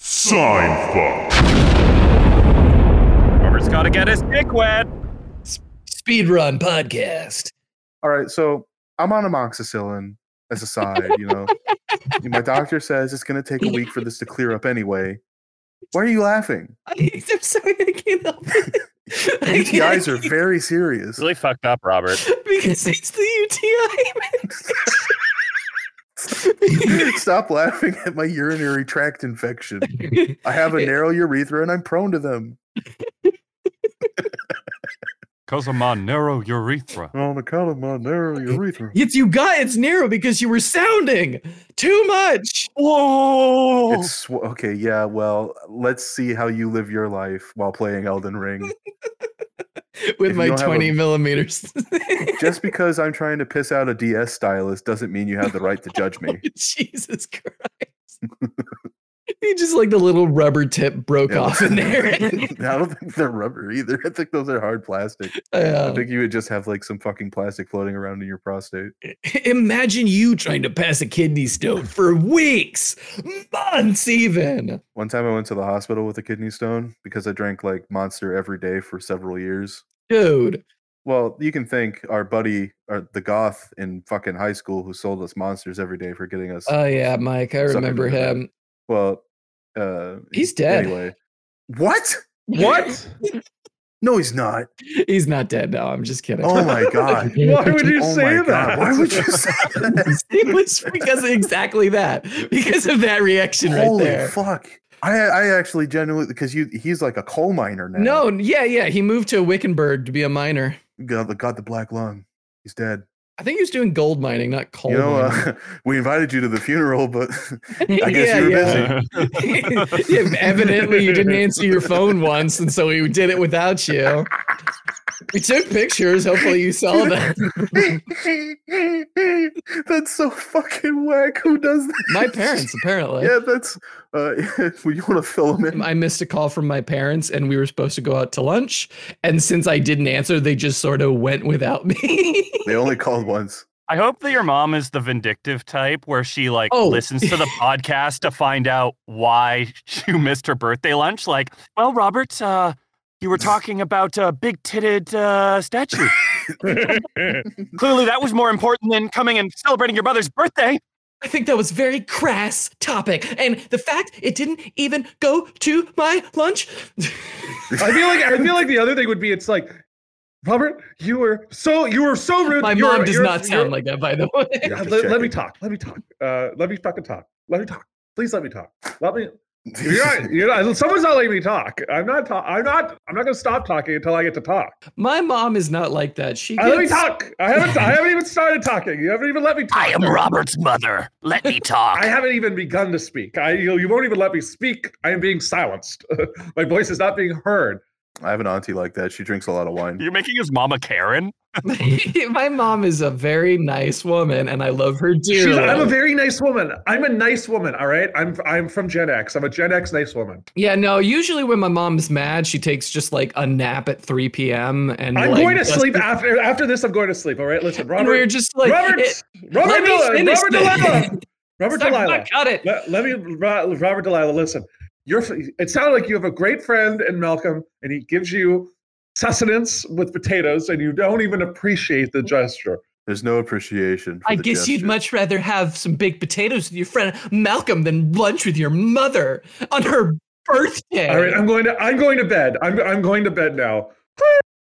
Sign fuck. Robert's got to get his dick wet. Speedrun podcast. All right, so I'm on amoxicillin as a side, you know. My doctor says it's going to take a week for this to clear up anyway. Why are you laughing? I, I'm sorry, I can't help it. I can't- UTIs are very serious. It's really fucked up, Robert. because it's the UTI. Stop laughing at my urinary tract infection. medication. I have a Okay. narrow urethra and I'm prone to them. Because of my narrow urethra. On account of my narrow urethra. it's you got it's narrow because you were sounding too much. Whoa! It's sw- okay, yeah, well, let's see how you live your life while playing Elden Ring. with If you my don't have a- 20 millimeters. Just because I'm trying to piss out a DS stylus doesn't mean you have the right to judge me. Jesus Christ. he just like the little rubber tip broke Yeah. off in there. I don't think they're rubber either. I think those are hard plastic. I Yeah. think you would just have like some fucking plastic floating around in your prostate. imagine you trying to pass a kidney stone for weeks, months even. One time I went to the hospital with a kidney stone because I drank like Monster every day for several years. Dude, Well, you can thank our buddy, or the goth in fucking high school who sold us monsters every day for getting us. oh yeah, Mike, I Something remember like that. him. well, uh, He's dead. Anyway, what? What? No, he's not. He's not dead now. I'm just kidding. Oh my god. Why would you oh say my god. that? Why would you say that? it was because of exactly that, because of that reaction right Holy there. fuck! I I actually genuinely because you he's like a coal miner now. No, yeah, yeah. He moved to Wickenburg to be a miner. God, the, God, the black lung. He's dead. I think he was doing gold mining, not coal. you know, mining. uh, we invited you to the funeral, but I guess Yeah, you were yeah. busy. yeah, evidently you didn't answer your phone once, and so we did it without you. We took pictures. Hopefully you saw them. that's so fucking whack. Who does that? My parents, apparently. Yeah, that's. Uh, when you want to fill him in. I missed a call from my parents, and we were supposed to go out to lunch. And since I didn't answer, they just sort of went without me. They only called once. I hope that your mom is the vindictive type where she like Oh. listens to the podcast to find out why you missed her birthday lunch. Like, well, Robert, uh, you were talking about a big titted uh, statue. Clearly, that was more important than coming and celebrating your mother's birthday. I think that was very crass topic, and the fact it didn't even go to my lunch. I feel like I feel like the other thing would be it's like, Robert, you were so you were so rude. My you were- mom does you're- not you're- sound like that, by the way. Yeah, Just let, let me checking. talk. Let me talk. Uh, let me fucking talk. Let me talk. Please let me talk. Let me. You're Yeah, not, you're not, someone's not letting me talk. I'm not. Ta- I'm not. I'm not going to stop talking until I get to talk. My mom is not like that. She Uh, let me gets- talk. I haven't. I haven't even started talking. You haven't even let me talk. I am Robert's mother. Let me talk. I haven't even begun to speak. I. You, you won't even let me speak. I am being silenced. My voice is not being heard. I have an auntie like that. She drinks a lot of wine. You're making his mama Karen. my mom is a very nice woman, and I love her She's, dearly. I'm a very nice woman. I'm a nice woman. All right. I'm. I'm from Gen X. I'm a Gen X nice woman. yeah, no. Usually, when my mom's mad, she takes just like a nap at 3 p.m. And I'm Mm, like, going to just- sleep after. After this, I'm going to sleep. All right. Listen, And we're Robert. just like, Robert. it- Robert. let me Delilah. finish Robert this. Delilah. Robert Sorry, Delilah. I got it. let, let me, Ro- Robert Delilah, listen. You're, it sounds like you have a great friend in Malcolm, and he gives you sustenance with potatoes, and you don't even appreciate the gesture. There's no appreciation. for I the guess you'd gesture. much rather have some baked potatoes with your friend Malcolm than lunch with your mother on her birthday. All right, I'm going to, I'm going to bed. I'm, I'm going to bed now.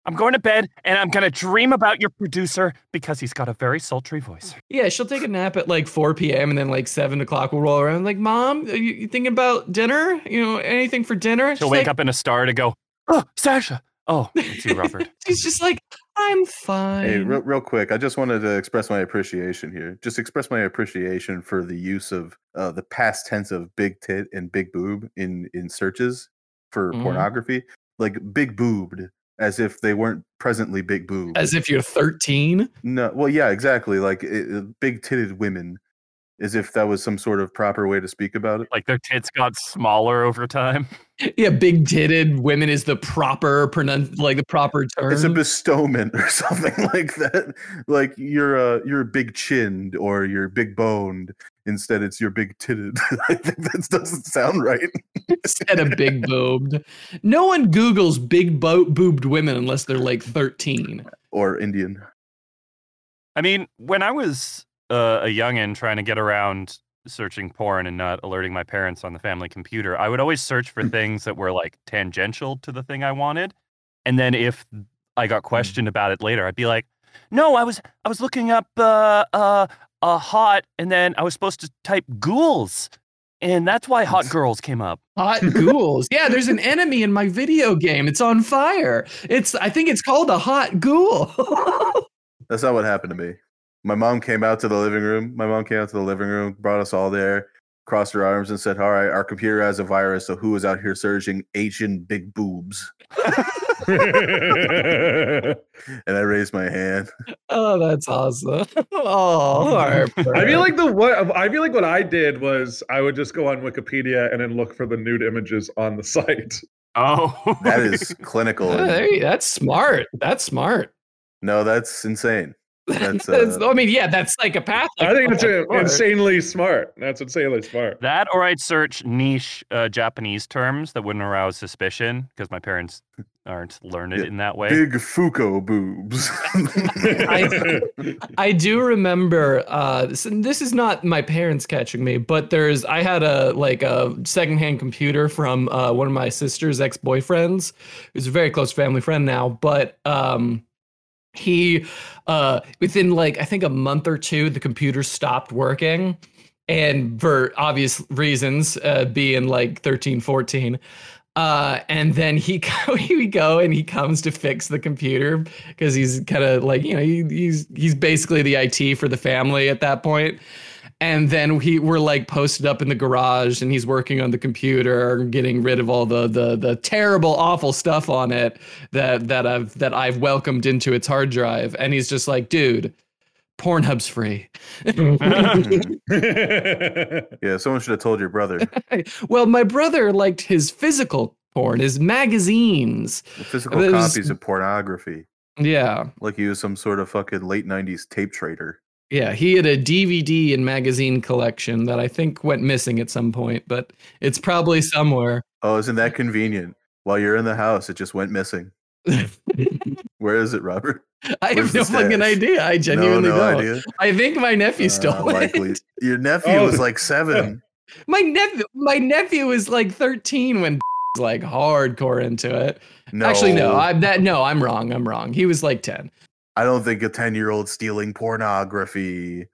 I'm going to bed and I'm going to dream about your producer because he's got a very sultry voice. yeah, she'll take a nap at like 4 p.m. and then like 7 o'clock will roll around. Like, mom, are you, you thinking about dinner? You know, anything for dinner? She'll She's wake like- up in a star to go, oh, Sasha. Oh, it's you, Robert. She's just like, I'm fine. Hey, real, real quick, I just wanted to express my appreciation here. Just express my appreciation for the use of uh, the past tense of big tit and big boob in in searches for Mm. pornography, like big boobed, as if they weren't presently big boob. As if you're 13. no, well, yeah, exactly, like uh, uh, big titted women. as if that was some sort of proper way to speak about it. Like their tits got smaller over time. Yeah, big titted women is the proper pronun like the proper term. It's a bestowment or something like that. Like you're a you're big chinned or you're big boned. Instead, it's you're big titted. I think that doesn't sound right. instead of big boobed. No one Googles big bo- boobed women unless they're like 13. Or Indian. I mean, when I was uh, a youngin trying to get around searching porn and not alerting my parents on the family computer, I would always search Hmm. for things that were like tangential to the thing I wanted. And then if I Hmm. got questioned about it later, I'd be like, "No, I was I was looking up uh uh a hot and then I was supposed to type ghouls." And that's why hot girls came up. Hot ghouls. Yeah, there's an enemy in my video game. It's on fire. It's I think it's called a hot ghoul. That's not what happened to me. My mom came out to the living room. My mom came out to the living room, brought us all there, crossed her arms, and said, "All right, our computer has a virus, so who is out here searching Asian big boobs?" And I raised my hand. oh, that's awesome. Oh, Harper. I feel like the what I feel like what I did was I would just go on Wikipedia and then look for the nude images on the site. Oh, That is clinical. Oh, there you- that's smart. That's smart. No, that's insane. That's, uh, That's- I mean, yeah, that's like a path. I think that's Oh, smart. insanely smart. That's insanely smart. That or I'd search niche uh, Japanese terms that wouldn't arouse suspicion because my parents aren't learned Yeah. in that way. big Fuko boobs. I do remember uh this, and this is not my parents catching me, but there's I had a like a secondhand computer from uh one of my sister's ex-boyfriends, who's a very close family friend now, but um he uh within like I think a month or two the computer stopped working and for obvious reasons uh being like 13 14 uh, and then he go, he would go and he comes to fix the computer because he's kind of like you know he, he's he's basically the IT for the family at that point. And then he we're like posted up in the garage and he's working on the computer, getting rid of all the the the terrible, awful stuff on it that that I've that I've welcomed into its hard drive. And he's just like, dude, Pornhub's free. yeah, someone should have told your brother. well, my brother liked his physical porn, his magazines. The physical There's- copies of pornography. Yeah. Like he was some sort of fucking late '90s tape trader. Yeah, he had a DVD and magazine collection that I think went missing at some point, but it's probably somewhere. Oh, isn't that convenient? While you're in the house, it just went missing. I Where is it, Robert? have Where's the no fucking stash? idea. I genuinely no, no don't. idea. I think my nephew Uh, stole likely. it. Your nephew Oh. was like seven. My nephew, my nephew is like 13 when is like hardcore into it. No, Actually, no, I'm that. No, I'm wrong. I'm wrong. He was like 10. I don't think a ten-year-old stealing pornography.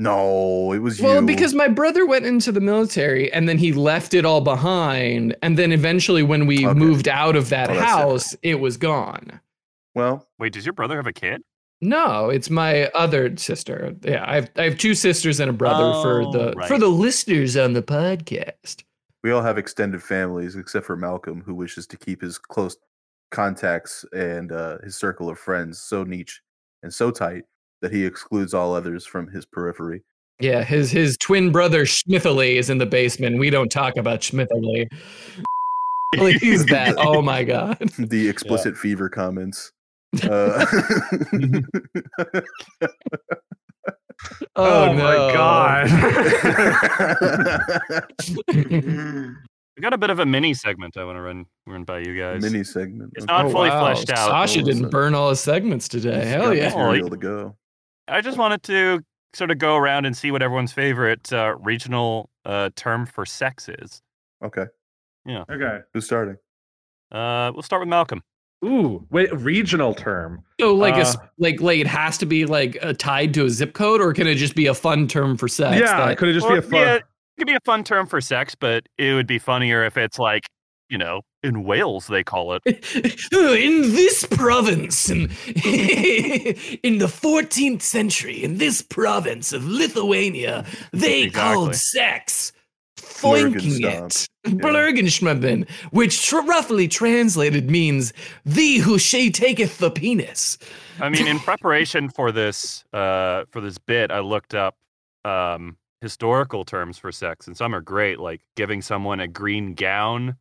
No, it was Well, you. because my brother went into the military and then he left it all behind, and then eventually when we Okay. moved out of that Oh, that's different. house, it was gone. well, Wait, does your brother have a kid? No, it's my other sister. Yeah, I have I have two sisters and a brother for Oh, the right. for the listeners on the podcast. we all have extended families except for Malcolm, who wishes to keep his close contacts and uh, his circle of friends so niche and so tight that he excludes all others from his periphery. Yeah, his his twin brother Schmithily is in the basement. We don't talk about Schmithily. Please that. Oh my god. the explicit fever comments. Uh, Oh, my no. god. I got a bit of a mini segment I want to run run by you guys. Mini segment. It's okay. not fully fleshed out. Oh, Sasha Oh, didn't so- burn all his segments today. He's Hell got yeah. Material to go. I just wanted to sort of go around and see what everyone's favorite uh, regional uh, term for sex is. Okay. okay. Who's starting? Uh, we'll start with Malcolm. Ooh, wait, regional term. So like a s- Uh, like like it has to be like uh, tied to a zip code, or can it just be a fun term for sex? yeah, that- could it just Or be a it'd fun? it could be a fun term for sex, but it would be funnier if it's like, you know, in Wales they call it. in this province, in, in the 14th century, in this province of Lithuania, they Exactly. called sex foinking it. Blurgenstamm. Blurgenschmabben, which tr- roughly translated means "the who she taketh the penis." I mean, in preparation for this uh, for this bit, I looked up um, historical terms for sex, and some are great, like giving someone a green gown,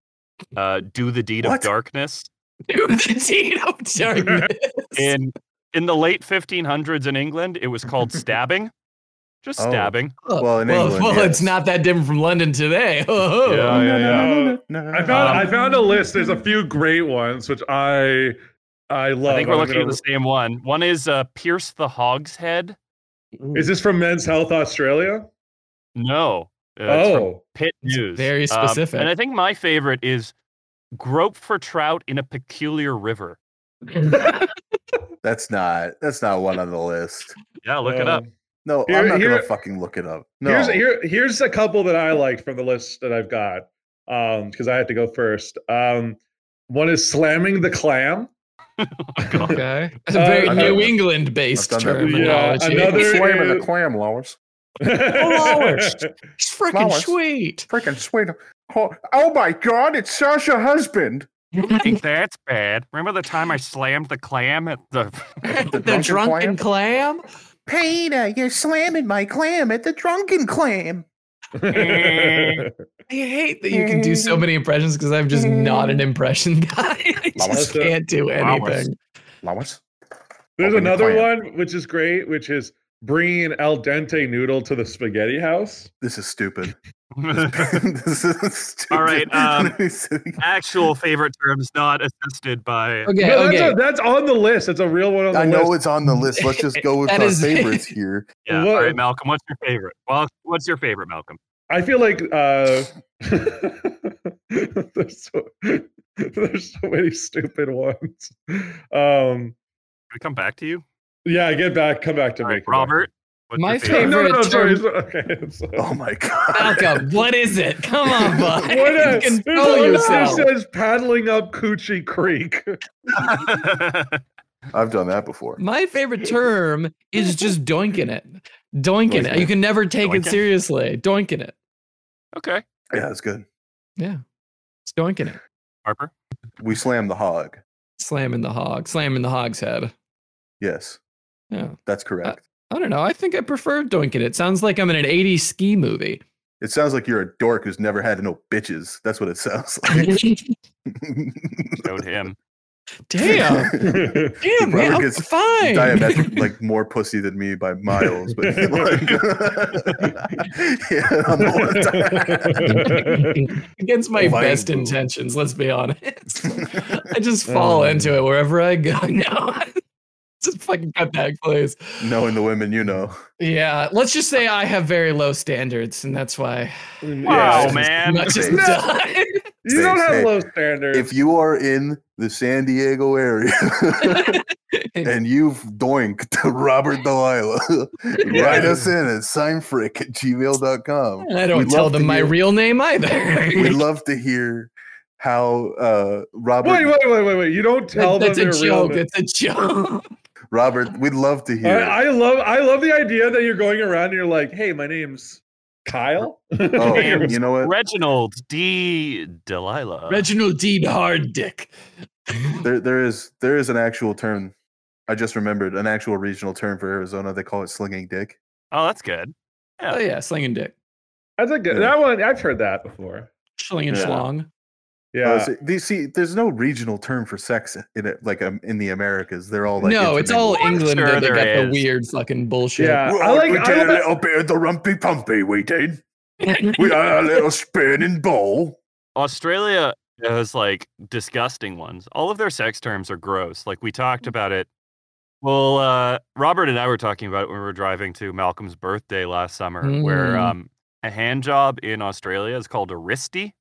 uh, do the deed What? of darkness. Do the deed of darkness. In in the late 1500s in England, it was called stabbing. Just Oh. stabbing. Well, in England, Uh, well, it's yes. not that different from London today. Oh, Yeah. I found Um, I found a list. There's a few great ones which I I love. I think we're I'm looking gonna- at the same one. One is uh, pierce the hogshead. Is this from Men's Health Australia? No, uh, it's from oh, Pitt It's News. very Um, specific. and I think my favorite is grope for trout in a peculiar river. That's not. That's not one on the list. Yeah, look it uh, up. No, Here- I'm not here- gonna fucking look it up. No, Here's here here's a couple that I liked from the list that I've got. Um, because I had to go first. Um, one is slamming the clam. okay. It's a Uh, very I've New done- England based I've done that. Yeah, terminology. another- slamming is- the clam, Lawrence. it's freaking Flowers. sweet. Freaking sweet. Oh, oh my God! It's Sasha husband. I think that's bad. Remember the time I slammed the clam at the the, drunken drunken clam? Peter, you're slamming my clam at the drunken clam. I hate that you can do so many impressions because I'm just not an impression guy. I Flowers. just can't do Flowers. anything. Lawrence. There's Open the another clam. one which is great, which is bringing an al dente noodle to the spaghetti house. This is stupid. this is stupid. All right, um, I actual favorite terms not assisted by Okay, No, that's, okay. a- that's on the list. That's a real one on the list. know it's on the list. Let's just go with That our is- favorites here. yeah. What- All right, Malcolm, what's your favorite? Well, what's your favorite, Malcolm? I feel like uh, there's, so, there's so many stupid ones. Um, Can we come back to you? yeah, get back, come back to All me. right, come back. Robert. What's My your favorite? No, no, no, Favorite sorry. term- it's- Okay, I'm sorry. Oh my God. Malcolm, what is it? Come on, bud. What You can a- there's control one yourself. that says paddling up Coochie Creek. I've done that before. My favorite term is just doinking it. Doinking Doinking it. You it. can never take Doinking. it seriously. Doinking it. okay, Yeah, it's good. Yeah. It's doinking it. Harper. We slam the hog. Slamming the hog. Slamming the hog's head. Yes, Yeah. that's correct. I don't know. I think I prefer doinking it. Sounds like I'm in an 80s ski movie. it sounds like you're a dork who's never had no bitches. That's what it sounds like. Showed him. Damn. Damn, brother man. I'm gets fine. Diametric, like more pussy than me by miles, but like, yeah, I'm the Against my Mind best blown. intentions, let's be honest. one- I just fall Oh. into it wherever I go now. just fucking cut back, please. Knowing the women, you know. Yeah, let's just say I have very low standards, and that's why Wow, it's just- man. I'm not just No. die. You don't Hey, have low If standards. you are in the San Diego area and you've doinked to Robert Delilah, write us in at signfrick at gmail.com. I don't We'd tell love to them my hear- real name either. We'd love to hear how uh, Robert Wait, wait, wait, wait, wait. You don't tell That- that's them a your real joke. name. It's a joke. Robert, we'd love to hear. I, I love I love the idea that you're going around and you're like, hey, my name's Kyle. oh, James you know what? Reginald D. Delilah. Reginald Dean Hard Dick. There, there is there is an actual term. I just remembered an actual regional term for Arizona. They call it slinging dick. oh, that's good. Oh yeah, slinging dick, That's a good Yeah. that one. I've heard that before. slinging Yeah. schlong. Yeah, Uh, so these see, there's no regional term for sex in it, like um, in the Americas. They're all like no, it's all intermingled. England. sure that they there got the is. weird fucking bullshit. Yeah. Well, I like- we I did a like- little bit of the rumpy pumpy. We did. We had a little spinning ball. Australia has like disgusting ones. All of their sex terms are gross. Like we talked about it. Well, uh, Robert and I were talking about it when we were driving to Malcolm's birthday last summer, where Mm. um, a hand job in Australia is called a wristy,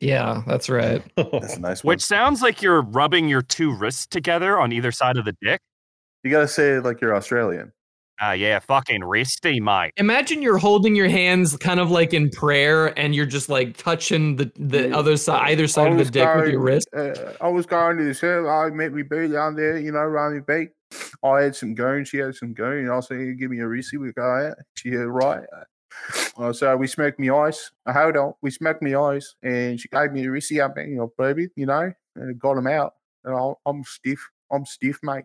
yeah, that's right. That's a nice one. which sounds like you're rubbing your two wrists together on either side of the dick. you gotta say it like you're Australian. Ah, yeah, fucking wristy, mate. Imagine you're holding your hands kind of like in prayer, and you're just like touching the the Mm. other side, either side of the dick with your wrist. Uh, I was going to the show. I met me boo down there, you know, around me beat. I had some going, she had some going, and I said, "You give me a receipt, we go out. She had right. Uh, so we smoked me ice. I hold on, we smoked me ice, and she gave me a receipt. I mean, you know, baby, you know, and got him out. And I, I'm stiff, I'm stiff, mate.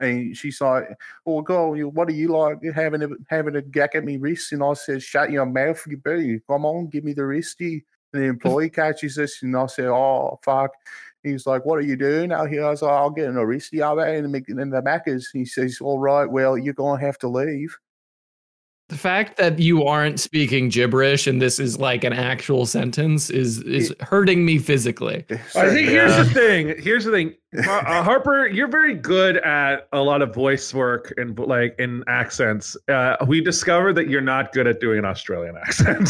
And she's like, "Oh God, you- what are you like having a having a gack at me wrist?" And I said, "Shut your mouth, you boo! Come on, give me the wristy." And the employee catches this, and I said, "Oh fuck!" He's like, "What are you doing out here?" I was like, "I'll get an wristy out there and make and the Maccas." And he says, "All right, well, you're gonna have to leave." The fact that you aren't speaking gibberish and this is like an actual sentence is is hurting me physically. I think here's Yeah. the thing. Here's the thing, Har- uh, Harper. You're very good at a lot of voice work and like in accents. Uh, we discovered that you're not good at doing an Australian accent.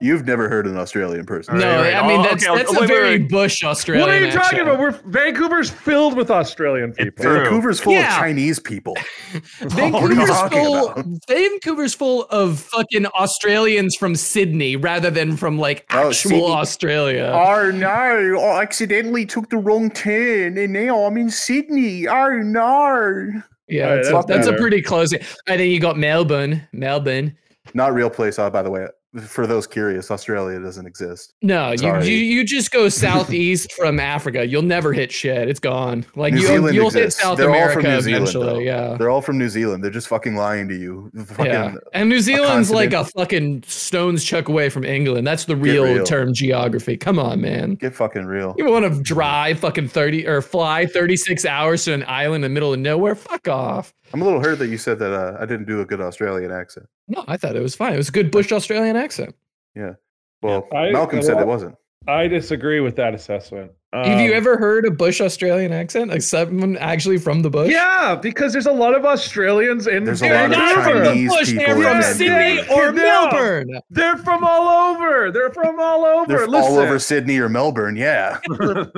You've never heard an Australian person. no, right, I mean oh, that's okay, that's wait, a wait, very wait. Bush what Australian. are you talking accent. about? We're Vancouver's filled with Australian It's people. true. Vancouver's full Yeah. of Chinese people. What are you Vancouver's talking full. about? Vancouver's full of fucking Australians from Sydney rather than from like Oh, actual Sydney. Australia. Oh no, I accidentally took the wrong turn and now I'm in Sydney. Oh no. Yeah, Alright, that's, that's a, that's a better. pretty close. And then you got Melbourne. Melbourne. Not real place, uh, by the way. For those curious, Australia doesn't exist. No, you, Sorry. you you just go southeast from Africa. You'll never hit shit. It's gone. Like New you, Zealand you'll exists. hit South They're all America from New Zealand, eventually. though. yeah. They're all from New Zealand. They're just fucking lying to you. Uh. Fucking yeah. And New Zealand's like a continent. fucking stone's chuck away from England. That's the real, real. term geography. Come on, man. get fucking real. You want to drive fucking 30 or fly 36 hours to an island in the middle of nowhere? Fuck off. I'm a little hurt that you said that uh, I didn't do a good Australian accent. No, I thought it was fine. It was a good Bush Australian accent. uh, Well, I- Malcolm said it wasn't. I disagree with that assessment. Have you Um, ever heard a Bush Australian accent? Like someone actually from the Bush? Yeah, because there's a lot of Australians in There's a lot of Vancouver. Chinese people in They're from Vancouver. Sydney or Yeah. Melbourne. They're from all over. They're from all They're over. f- Listen, all over Sydney or Melbourne. Yeah.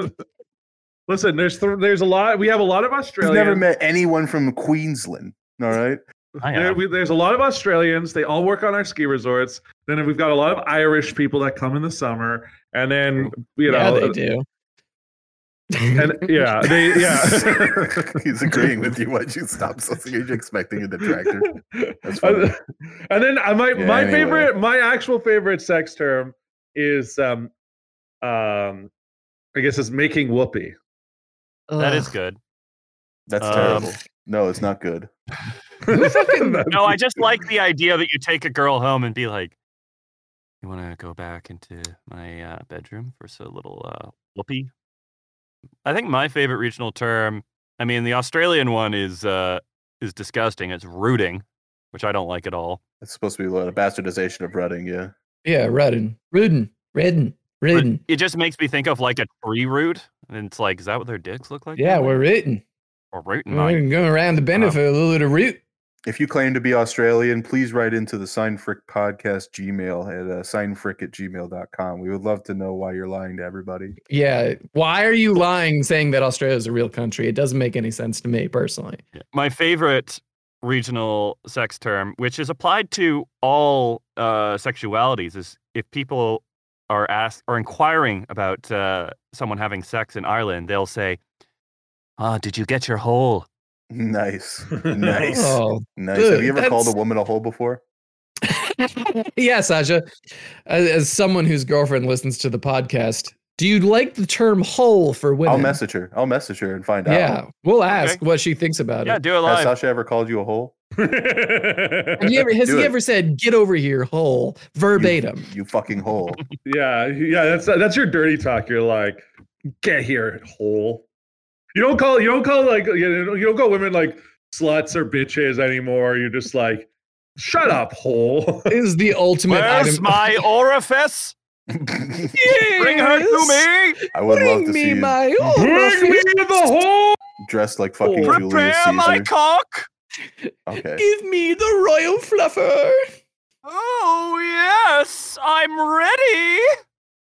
listen. There's th- there's a lot. We have a lot of I've Australians. never met anyone from Queensland. All right. I There- am. we- there's a lot of Australians. They all work on our ski resorts. Then we've got a lot of Irish people that come in the summer, and then you yeah, know, they do. and yeah, they yeah. He's agreeing with you. Why'd you stop something? Are you expecting a detractor? That's funny. and then I my Yeah, my anyway. favorite my actual favorite sex term is um um I guess it's making whoopee. That is Ugh. good. That's Um, terrible. No, it's not good. No, I just like the idea that you take a girl home and be like, "You want to go back into my uh, bedroom for so little uh, whoopee?" I think my favorite regional term, I mean, the Australian one is uh, is disgusting. It's rooting, which I don't like at all. It's supposed to be a lot of bastardization of Reading. Yeah. Yeah, Rudin. Rudin. Redden. But Redden. it just makes me think of like a tree root, and it's like, is that what their dicks look like? Yeah, we're written. or rooting. We're like, going around the bend Um, for a little bit of root. If you claim to be Australian, please write into the signfrick podcast Gmail at uh, signfrick at gmail.com. We would love to know why you're lying to everybody. Yeah. Why are you lying saying that Australia is a real country? It doesn't make any sense to me personally. my favorite regional sex term, which is applied to all uh, sexualities, is if people are asked or inquiring about uh, someone having sex in Ireland, they'll say, "Ah, did you get your hole?" Nice. Nice. Oh, Nice. Dude, Have you ever called a that's- woman a hole before? yeah, Sasha. As, as someone whose girlfriend listens to the podcast, do you like the term "hole" for women? I'll message her. I'll message her and find Yeah, out. we'll ask Okay. what she thinks about Yeah, it. do it Has live. Sasha ever called you a hole? Have you ever, has Do he it. ever said "get over here, hole" verbatim? You fucking hole. yeah, yeah, that's that's your dirty talk. You're like, get here, hole. You don't call you don't call like you know, you don't call women like sluts or bitches anymore. You're just like, shut up, hole. is the ultimate Where's item- my orifice? Bring her Yes, to me. I would love Bring to me see you my Bring me orifice. the hole. dressed like fucking Prepare Julius Prepare Caesar. my cock. okay. Give me the royal fluffer. Oh yes, I'm ready.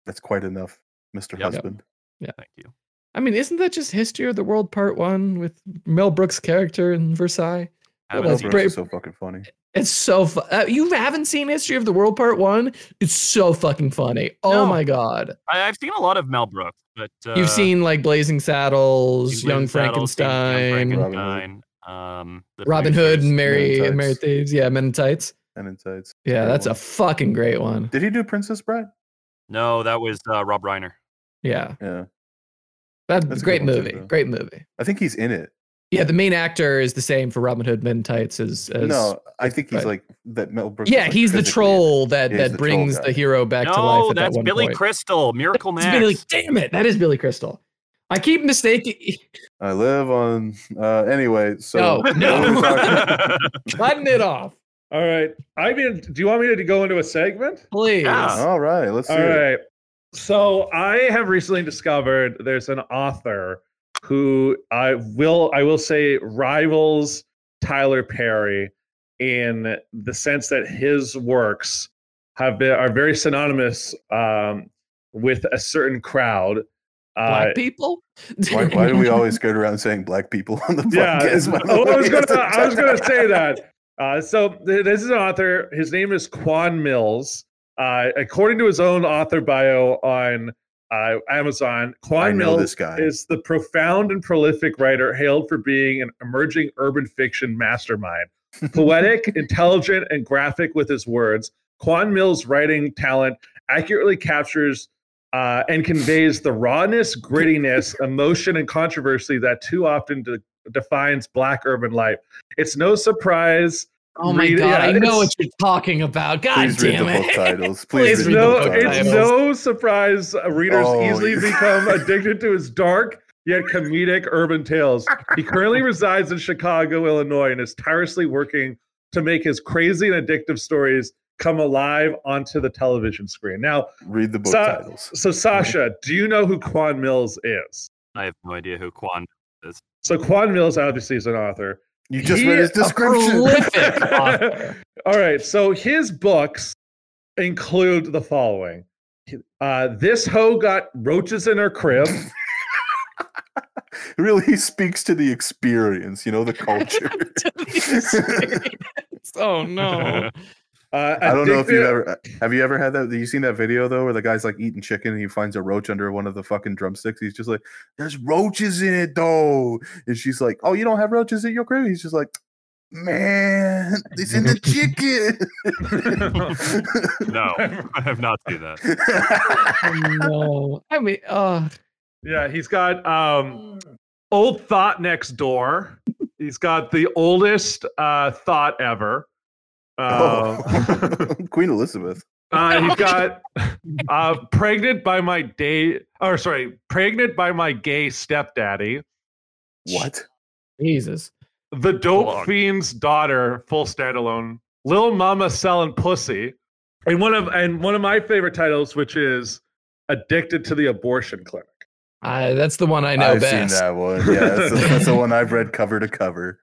That's quite enough, Mr. Yep. Husband. Thank you. I mean, isn't that just History of the World Part One with Mel Brooks' character in Versailles? Well, Have a Mel that's seat. Brooks is bra- so fucking funny. It's so fu- uh, you haven't seen History of the World Part One? It's so fucking funny. Oh No. my god! I, I've seen a lot of Mel Brooks, but uh, You've seen like Blazing Saddles, Blazing Young Saddles, Young Frankenstein, Franken- Robin, Frankenstein, um, the Hood, Producers. and Mary Men in and Mary Tights. Thieves. Yeah, Men in Tights. And insights. Yeah, Great that's a one. fucking great one. Did he do Princess Bride? No, that was uh, Rob Reiner. Yeah, Yeah. that's, That's a great good one too, movie. though. great movie. I think he's in it. Yeah, the main actor is the same for Robin Hood Men in Tights as, as no, I think he's right. like that. Mel Brooks. is, Yeah, like, he's the physically- troll that he's that the troll brings guy. the hero back to life. no, At that's that one Billy point. Crystal, Miracle It's Man. Billy, damn it, that is Billy Crystal. I keep mistaking. I live on. Uh, anyway, so No, no. what were we talking- cutting it off, All right. I mean, do you want me to go into a segment? please. Yeah. All right, let's do All it. right. So I have recently discovered there's an author who I will I will say rivals Tyler Perry in the sense that his works have been are very synonymous um, with a certain crowd. Black Uh, people. Why, why do we always go around saying black people on the yeah, podcast? by the oh, I way? was gonna I was gonna say that. Uh, so th- this is an author. His name is Quan Mills. Uh, according to his own author bio on uh, Amazon, I Quan know Mills this guy. is the profound and prolific writer hailed for being an emerging urban fiction mastermind. Poetic, intelligent, and graphic with his words, Quan Mills' writing talent accurately captures uh, and conveys the rawness, grittiness, emotion, and controversy that too often de- defines Black urban life. It's no surprise. Oh my Read- god, yeah, I know what it's- you're talking about. God Please read the damn book it. titles. Please Please, It's read no, the book book it's titles. no surprise uh, readers Oh, easily you- become addicted to his dark yet comedic urban tales. He currently resides in Chicago, Illinois, and is tirelessly working to make his crazy and addictive stories come alive onto the television screen. Now, Read the book So- titles. so Sasha, do you know who Quan Mills is? I have no idea who Quan. So Quan Mills obviously is an author. You just He- read his a description. Prolific author. All right. So his books include the following uh, This Hoe Got Roaches in Her Crib. really, he speaks to the experience. You know, the culture. oh no. Uh, I don't know if you've addicted- ever have you ever had that. You seen that video though, where the guy's like eating chicken and he finds a roach under one of the fucking drumsticks. He's just like, "There's roaches in it though," and she's like, "Oh, you don't have roaches in your crib?" He's just like, "Man, it's in the chicken." No, I have not seen that. Oh, no. I mean, uh, Yeah, he's got um, Old Thought Next Door. He's got the oldest uh, thought ever. Um, Oh. Queen Elizabeth. Uh, he's got uh, pregnant by my day, or sorry, pregnant by my gay stepdaddy, What? Jesus. the dope Fuck. fiend's daughter, full standalone, Lil Mama selling pussy, and one of and one of my favorite titles, which is addicted to the abortion clinic. I, that's the one I know I've best. seen that one. Yeah, that's the, that's the one I've read cover to cover.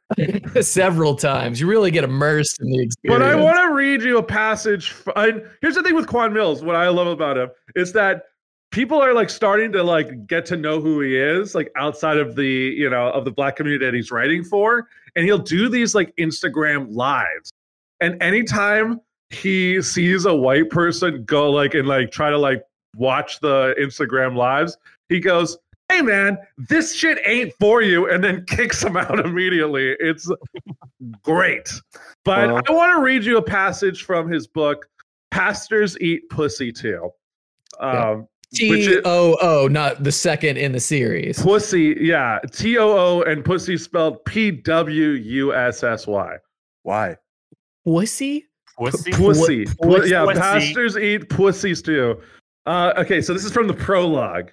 Several times. You really get immersed in the But experience. I want to read you a passage. f- And here's the thing with Quan Mills. What I love about him is that people are like starting to like get to know who he is, like outside of the you know of the black community that he's writing for, and he'll do these like Instagram lives. And anytime he sees a white person go like and like try to like watch the Instagram lives, he goes. Hey man, this shit ain't for you, and then kicks him out immediately. It's great. But Well- I want to read you a passage from his book, Pastors Eat Pussy Too. Yeah. Um, which T is- O O, not the second in the series. Pussy, yeah, T O O and pussy spelled P W U S S Y. Why? Pussy? Pussy? Pussy. Pu- Pu- yeah, pussy. pastors eat pussies too. Uh, okay, so this is from the prologue.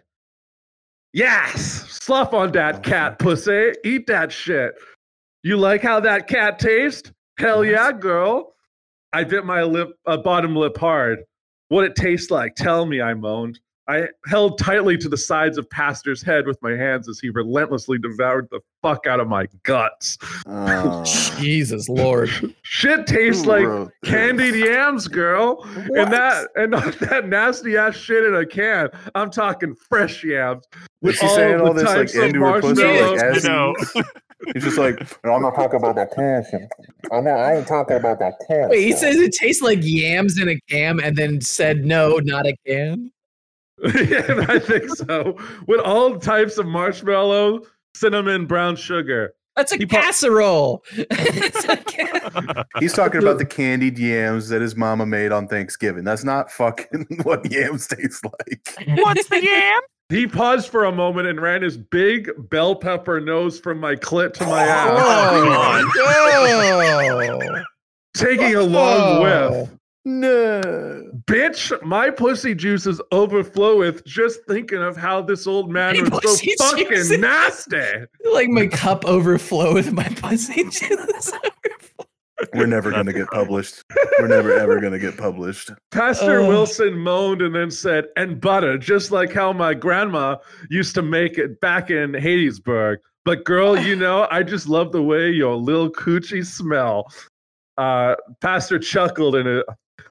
Yes, slough on that cat, pussy. Eat that shit. You like how that cat tastes? Hell yeah, girl. I bit my lip, uh, bottom lip hard. What it tastes like? Tell me, I moaned. I held tightly to the sides of Pastor's head with my hands as he relentlessly devoured the fuck out of my guts. Uh, Jesus Lord. Shit tastes who like wrote this? candied yams, girl. What? And that and not that nasty ass shit in a can. I'm talking fresh yams. Was she Oh, all saying the all this like types of into her pussy? marshmallow. Like, Yeah, as You know, he- he's just like, "No, I'm not talking about that cancer. I'm not. I ain't talking about that cancer. Wait, he says it tastes like yams in a cam and then said no, not a can. yeah, I think so. With all types of marshmallow, cinnamon, brown sugar. That's a He pro- casserole. It's a ca- he's talking about the candied yams that his mama made on Thanksgiving. That's not fucking what yams taste like. what's the yam? He paused for a moment and ran his big bell pepper nose from my clit to my Ah, ass, Oh. Oh, taking a long Oh. whiff. No. Bitch, my pussy juices overflow with just thinking of how this old man My was pussy so fucking juices. nasty. like my cup overflow with my pussy juice. We're never gonna get published. We're never ever gonna get published. Pastor Ugh. Wilson moaned and then said, and butter, just like how my grandma used to make it back in Hadesburg. But girl, you know, I just love the way your little coochie smell. Uh, Pastor chuckled and uh,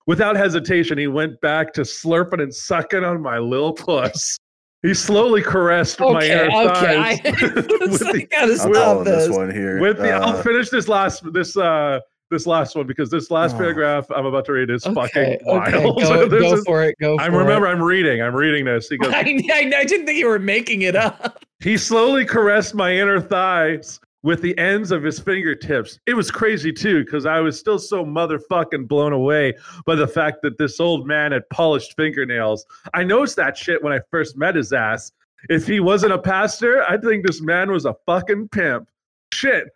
without hesitation, he went back to slurping and sucking on my little puss. He slowly caressed my inner thighs. with I the, gotta I'm stop calling this. this one here. with the I'll Uh, finish this last this uh this last one because this last Oh. paragraph I'm about to read is Okay, fucking wild. okay, go, This go is- for it. Go. I for remember It. I'm reading. I'm reading this. He goes, I, I, I didn't think you were making it up. he slowly caressed my inner thighs with the ends of his fingertips. It was crazy too, because I was still so motherfucking blown away by the fact that this old man had polished fingernails. I noticed that shit when I first met his ass. If he wasn't a pastor, I'd think this man was a fucking pimp. Shit.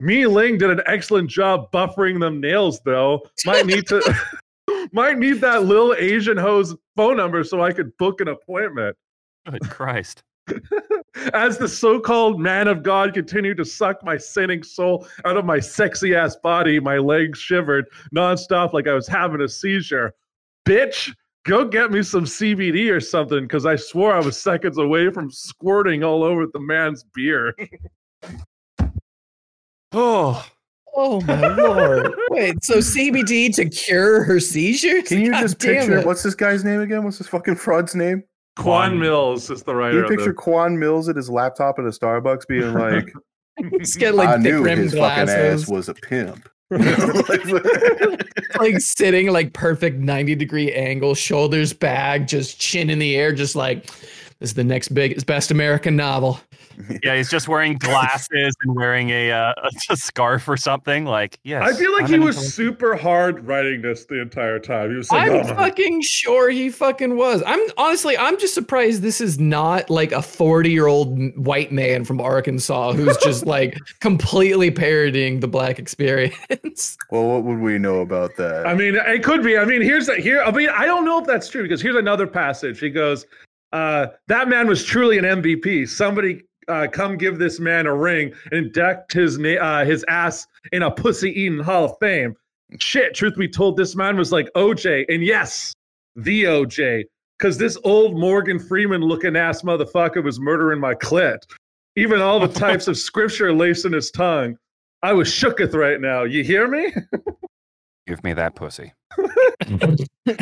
Me Ling did an excellent job buffering them nails though. Might need to might need that little Asian hoe's phone number so I could book an appointment. Good Christ. As the so called man of God continued to suck my sinning soul out of my sexy ass body, my legs shivered nonstop like I was having a seizure. Bitch, go get me some CBD or something because I swore I was seconds away from squirting all over the man's beer. Oh, Oh my lord! Wait, so CBD to cure her seizures? Can you God just damn picture it. what's this guy's name again? What's this fucking fraud's name? Quan Mills is the Can writer. you of the- picture Quan Mills at his laptop at a Starbucks being like, Just get like I thick knew rimmed his fucking ass glasses, was a pimp. like sitting like perfect ninety degree angle, shoulders back, just chin in the air, just like this is the next big best American novel. yeah, he's just wearing glasses and wearing a, uh, a scarf or something. Like, yes. I feel like I'm he an was intellectual. super hard writing this the entire time. He was like, I'm oh my fucking sure he fucking was. I'm honestly, I'm just surprised this is not like a 40 year old white man from Arkansas who's just like completely parodying the black experience. well, what would we know about that? I mean, it could be. I mean, here's the, here. I mean, I don't know if that's true because here's another passage. He goes, uh, "That man was truly an MVP. Somebody uh, come give this man a ring and induct his na- uh, his ass in a pussy eating Hall of Fame." Shit, truth be told, this man was like OJ, and yes, the OJ, because this old Morgan Freeman looking ass motherfucker was murdering my clit. Even all the types of scripture lacing his tongue. I was shooketh right now. You hear me? Give me that pussy.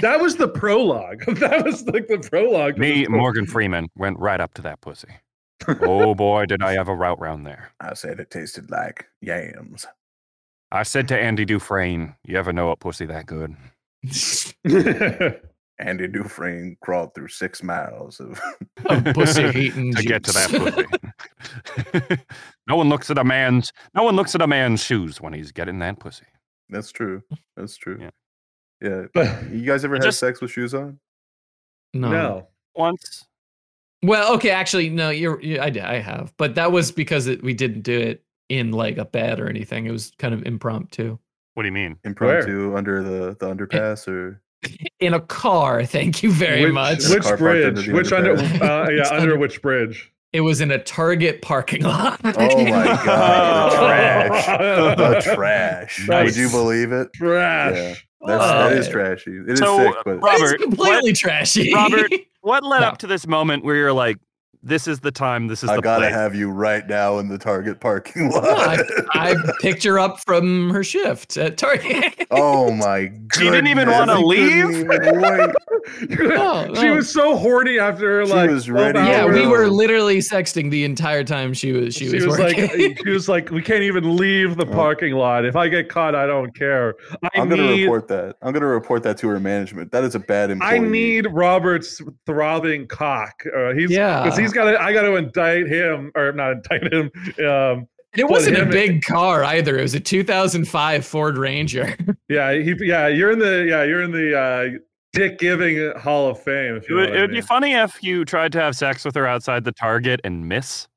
That was the prologue. That was like the prologue. to Me, this book. Morgan Freeman, went right up to that pussy. Oh boy, did I have a route round there. I said it tasted like yams. I said to Andy Dufresne, you ever know a pussy that good? Andy Dufresne crawled through six miles of. Of pussy eating to get to juice. that pussy. no one looks at a man's no one looks at a man's shoes when he's getting that pussy. That's true. That's true. Yeah. Yeah. but You guys ever had Just- sex with shoes on? no. no. Once Well, okay, actually, no, you're, you I, did- I have, but that was because it, we didn't do it in like a bed or anything. It was kind of impromptu what do you mean? Impromptu under the, the underpass or in a car. Thank you very which, much. The Which car parked under bridge? the Which under? underpass. Uh, yeah, It's under under- which bridge? It was in a Target parking lot. Oh my god, Oh. the trash. The trash. Would Nice. you believe it? Trash. That's that is Oh. trashy. It is So, uh, sick, but Rob- Robert, it's completely trashy. Robert, What led No. up to this moment where you're like, this is the time, this is I the gotta place. have you right now in the Target parking lot. I, I picked her up from her shift at Target. oh my god. She didn't even wanna leave? No, she Oh, no. was so horny after She like. was 12 ready to yeah, hours. we no. were literally sexting the entire time she was she, was, like, uh, working. she was like, we can't even leave the Oh. parking lot. If I get caught, I don't care. I I'm gonna need report that. I'm gonna report that to her management. That is a bad employee. I need Robert's throbbing cock. Uh, he's Yeah. because he's got to. I got to indict him, or not indict him. Um, And it wasn't a him- big car either. It was a 2005 Ford Ranger. yeah, he, yeah. You're in the yeah. You're in the uh, Dick Giving Hall of Fame. If It you know would, what it I would be mean. funny if you tried to have sex with her outside the Target and miss.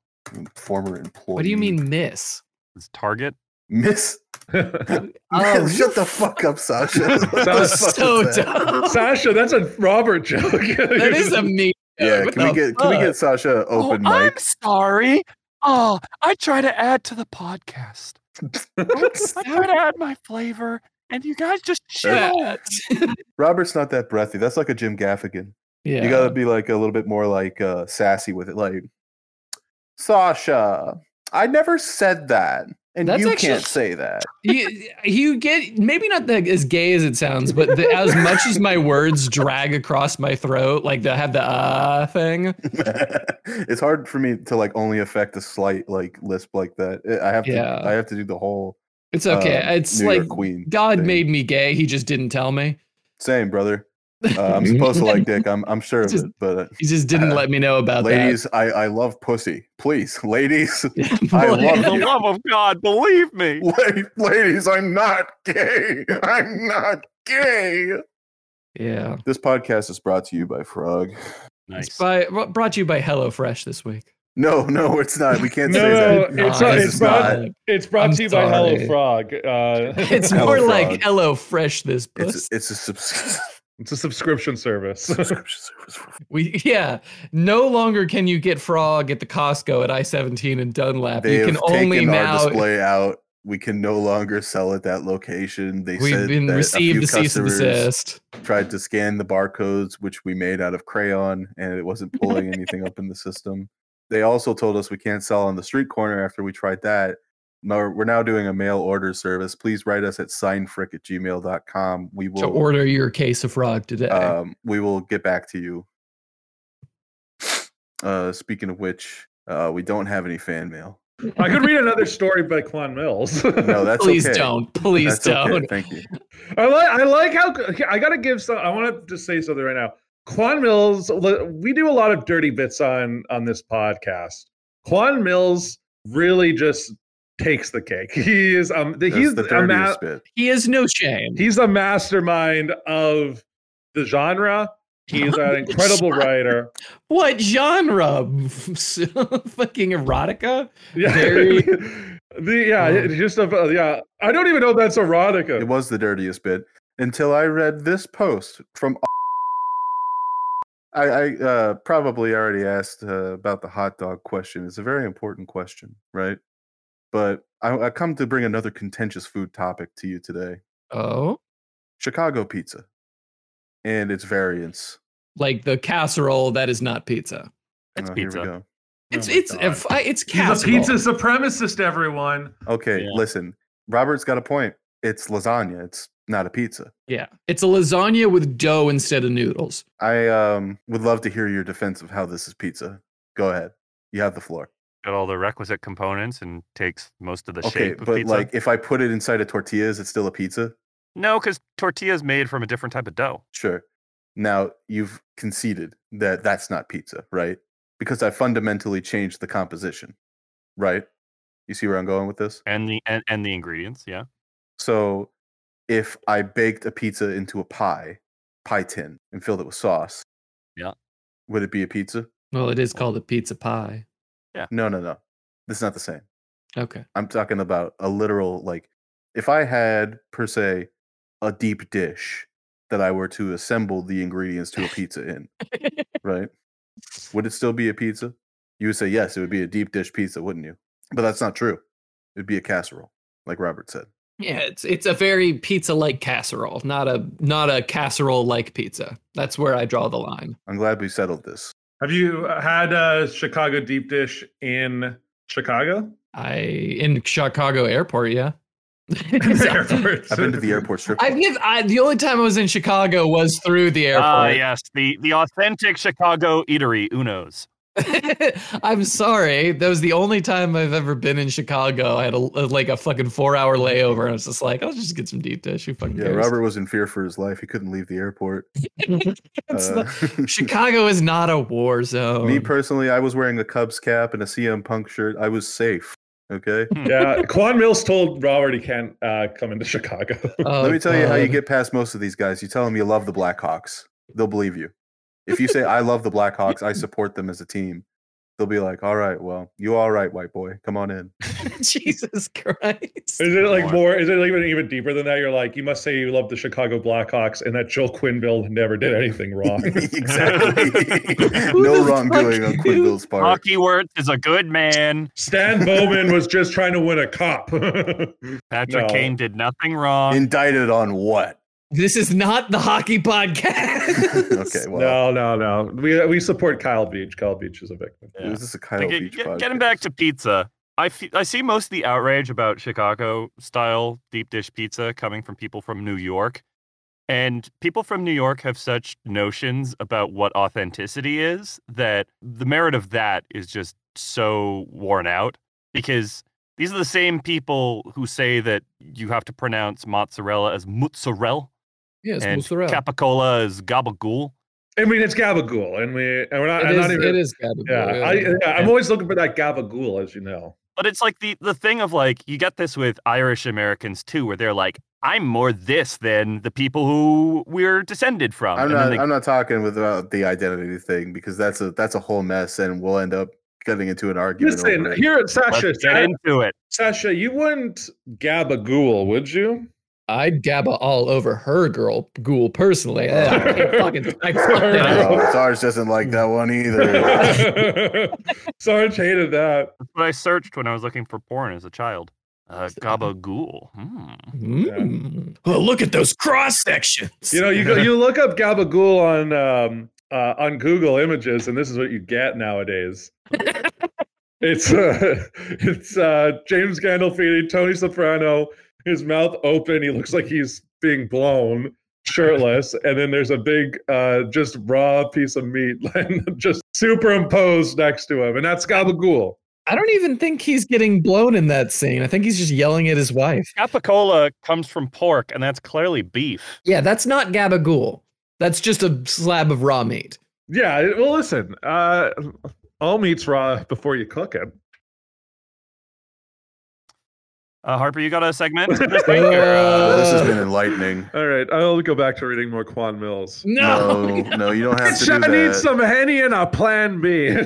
Former employee. What do you mean miss? Is Target? Miss? Oh, Shut the fuck up, Sasha. What the Sounds fuck so is that? dumb. Sasha, that's a Robert joke. That is a me. Yeah, can we get can we get Sasha open oh, I'm mic? sorry. Oh, I try to add to the podcast. I try to add my flavor, and you guys just shit. all- chat? Robert's not that breathy. That's like a Jim Gaffigan. yeah. You gotta be like a little bit more like uh, sassy with it. Like Sasha, I never said that, and That's you actually- can't say that. you, you get maybe not the, as gay as it sounds, but the, as much as my words drag across my throat, like they have the uh thing. it's hard for me to like only affect a slight like lisp like that. I- I have Yeah. to I have to do the whole. It's okay. um, it's New like York Queen. God thing. made me gay. He just didn't tell me. Same, brother. Uh, I'm supposed to like dick. I'm I'm sure of Just- it, but uh, He just didn't Uh, let me know about ladies, I I love pussy. Please, ladies, that. I For love the you. love of God, believe me. la- ladies, I'm not gay. I'm not gay. yeah. This podcast is brought to you by Frog. It's by, br- brought to you by HelloFresh this week. No, no, it's not. We can't say No, that. it's not- Because it's not. not. It's brought I'm to you by sorry. Hello Frog. Uh, It's Hello more Frog. like HelloFresh this puss. It's it's a subs- it's a subscription service. subscription service. for- we yeah. No longer can you get frog at the Costco at I seventeen and Dunlap. They you can have only taken our now display out. We can no longer sell at that location. They we've said been that a received few the cease and customers desist. Tried to scan the barcodes, which we made out of crayon, and it wasn't pulling anything up in the system. They also told us we can't sell on the street corner after we tried that. No, we're now doing a mail order service. Please write us at signfrick at gmail.com. We will to order eh? your case of frog today. um, we will get back to you. Uh, speaking of which, uh, we don't have any fan mail. I could read another story by Quan Mills. No, that's please okay. don't. Please That's okay, don't. Thank you. I like I like how okay, I gotta give some. I want to just say something right now. Quan Mills, li- we do a lot of dirty bits on on this podcast. Quan Mills really just takes the cake. He is um the, That's he's the a ma- dirtiest bit. He has no shame. he's a mastermind of the genre. He's an incredible writer. What genre? Fucking erotica? Yeah, Very- the, yeah, Um, it's just a yeah. I don't even know if that's erotica. It was the dirtiest bit until I read this post from. I, I uh, probably already asked uh, about the hot dog question. It's a very important question, right? But I, I come to bring another contentious food topic to you today: Oh, Chicago pizza and its variants. like the casserole that is not pizza. It's Oh, here we pizza. go. It's Oh my it's God. if I- it's He's a casserole. pizza supremacist, everyone. Okay, Yeah. listen. Robert's got a point. It's lasagna. It's not a pizza. Yeah, it's a lasagna with dough instead of noodles. I um, would love to hear your defense of how this is pizza. Go ahead. You have the floor. Got all the requisite components and takes most of the Okay, shape of but pizza. like if I put it inside of tortillas, it's still a pizza. no, because tortilla is made from a different type of dough. Sure. Now you've conceded that that's not pizza, right? Because I fundamentally changed the composition, right? You see where I'm going with this? And the and, and the ingredients, yeah. So if I baked a pizza into a pie, pie tin, and filled it with sauce, Yeah. would it be a pizza? Well, it is called a pizza pie. No, no, no. That's not the same. Okay. I'm talking about a literal like if I had per se a deep dish that I were to assemble the ingredients to a pizza in, right? Would it still be a pizza? You would say yes, it would be a deep dish pizza, wouldn't you? But that's not true. It'd be a casserole, like Robert said. Yeah, it's it's a very pizza like casserole, not a not a casserole like pizza. That's where I draw the line. I'm glad we settled this. Have you had uh, Chicago deep dish in Chicago? I in Chicago airport, yeah. I've been to the airport strip. I've club. never. I, the only time I was in Chicago was through the airport. Ah, yes, the the authentic Chicago eatery, Uno's. I'm sorry. That was the only time I've ever been in Chicago. I had a, like a fucking four hour layover. I was just like, I'll just get some deep dish. Who fucking yeah, cares? Robert was in fear for his life. He couldn't leave the airport. It's Uh, not- Oh. Chicago is not a war zone. me personally, I was wearing a Cubs cap and a CM Punk shirt. I was safe. Okay. yeah, Quan Mills told Robert he can't uh, come into Chicago. Oh, Let me tell you how you God. get past most of these guys. You tell them you love the Blackhawks. they'll believe you. If you say I love the Blackhawks, I support them as a team, they'll be like, "All right, well, you all right, white boy, come on in." Jesus Christ. Is it like Lord. more? Is it like even even deeper than that? You're like, you must say you love the Chicago Blackhawks and that Joe Quinville never did anything wrong. exactly. Who no the wrongdoing fuck on Quinville's part. Hockey Wirtz is a good man. Stan Bowman was just trying to win a cup. Patrick No. Kane did nothing wrong. Indicted on what? This is not the hockey podcast. okay, well, no, no, no. We we support Kyle Beach. Kyle Beach is a victim. Yeah. this is a Kyle Like, uh, Beach get, podcast. getting back to pizza, I fe- I see most of the outrage about Chicago style deep dish pizza coming from people from New York. And people from New York have such notions about what authenticity is that the merit of that is just so worn out because these are the same people who say that you have to pronounce mozzarella as mozzarella Yes, and mozzarella. capicola as gabagool. I mean, it's Gabagool, and we and we're not. It I'm is, not even, it is gotta be, Yeah, I, yeah. yeah, I'm always looking for that Gabagool, as you know. But it's like the the thing of like you get this with Irish Americans too, where they're like, I'm more this than the people who we're descended from. I'm And then not. they- I'm not talking about the identity thing because that's a that's a whole mess, and we'll end up getting into an argument. Listen, over it. here at Sasha, let's get into it. Sasha, you wouldn't Gabagool, would you? I'd gabba all over her girl ghoul personally. Yeah, I can't fucking, I fucking- Oh, Sarge doesn't like that one either. Sarge hated that. That's what I searched when I was looking for porn as a child. Uh, gabagool. Hmm. Mm. Well, look at those cross sections. You know, you go, you look up Gabagool on um, uh, on Google Images, and this is what you get nowadays. it's uh, it's uh, James Gandolfini, Tony Soprano, his mouth open. He looks like he's being blown, shirtless, and then there's a big, uh, just raw piece of meat just superimposed next to him, and that's Gabagool. I don't even think he's getting blown in that scene. I think he's just yelling at his wife. Capicola comes from pork, and that's clearly beef. Yeah, that's not gabagool. That's just a slab of raw meat. Yeah, it- well, listen, uh, all meat's raw before you cook it. Uh, Harper, you got a segment? for this week, or, Well, uh, this has Uh, been enlightening. All right, I'll go back to reading more Quan Mills. no. No, no, you don't have to Bitch, do I that. need some henny and a plan B.